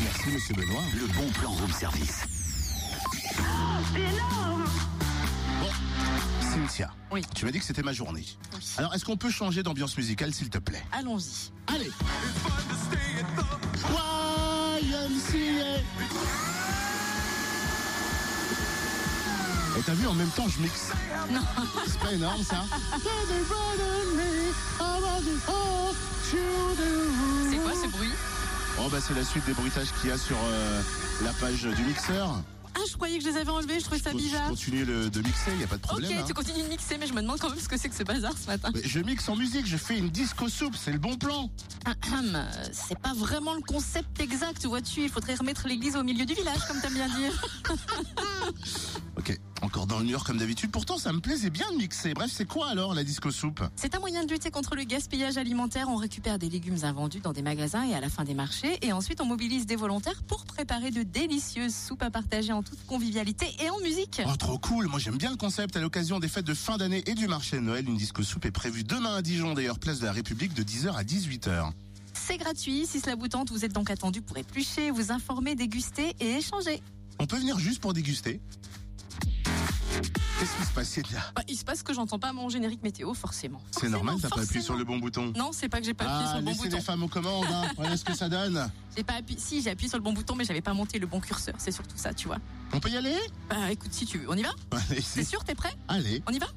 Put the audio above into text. Merci, monsieur Benoît. Le bon plan room service. Oh, C'est énorme Cynthia. Oui. Tu m'as dit que c'était ma journée. Oui. Alors, est-ce qu'on peut changer d'ambiance musicale, s'il te plaît Allons-y. Allez YMCA Et t'as vu, en même temps, je mixe. C'est pas énorme, ça C'est quoi ce bruit Oh, bah, c'est la suite des bruitages qu'il y a sur euh, la page du mixeur. Ah, je croyais que je les avais enlevés, je trouvais ça Je bizarre. continue le- de mixer, il n'y a pas de Ok, problème. hein. tu continues de mixer, mais je me demande quand même ce que c'est que ce bazar ce matin. Mais je mixe en musique, je fais une disco soupe, c'est le bon plan. Ahem, euh, c'est pas vraiment le concept exact, vois-tu. Il faudrait remettre l'église au milieu du village, comme t'aimes bien dire. Ok, encore dans le mur comme d'habitude. Pourtant, ça me plaisait bien de mixer. Bref, c'est quoi alors la disco soupe C'est un moyen de lutter contre le gaspillage alimentaire. On récupère des légumes invendus dans des magasins et à la fin des marchés. Et ensuite, on mobilise des volontaires pour préparer de délicieuses soupes à partager en toute convivialité et en musique. Oh, trop cool. Moi, j'aime bien le concept. À l'occasion des fêtes de fin d'année et du marché de Noël, une disco soupe est prévue demain à Dijon, d'ailleurs, place de la République de 10h à 18h. C'est gratuit. Si cela vous tente, vous êtes donc attendu pour éplucher, vous informer, déguster et échanger. On peut venir juste pour déguster. Qu'est-ce qui se passe, Cynthia Bah, il se passe que j'entends pas mon générique météo, forcément. C'est normal, t'as pas appuyé sur le bon bouton. Non, c'est pas que j'ai pas appuyé Ah, sur le bon laissez bouton. les femmes aux commandes, hein. voilà ce que ça donne. J'ai pas appuyé. Si, j'ai appuyé sur le bon bouton, mais j'avais pas monté le bon curseur. C'est surtout ça, tu vois. On peut y aller Bah écoute, si tu veux, on y va Allez, C'est c'est- sûr, t'es prêt Allez, On y va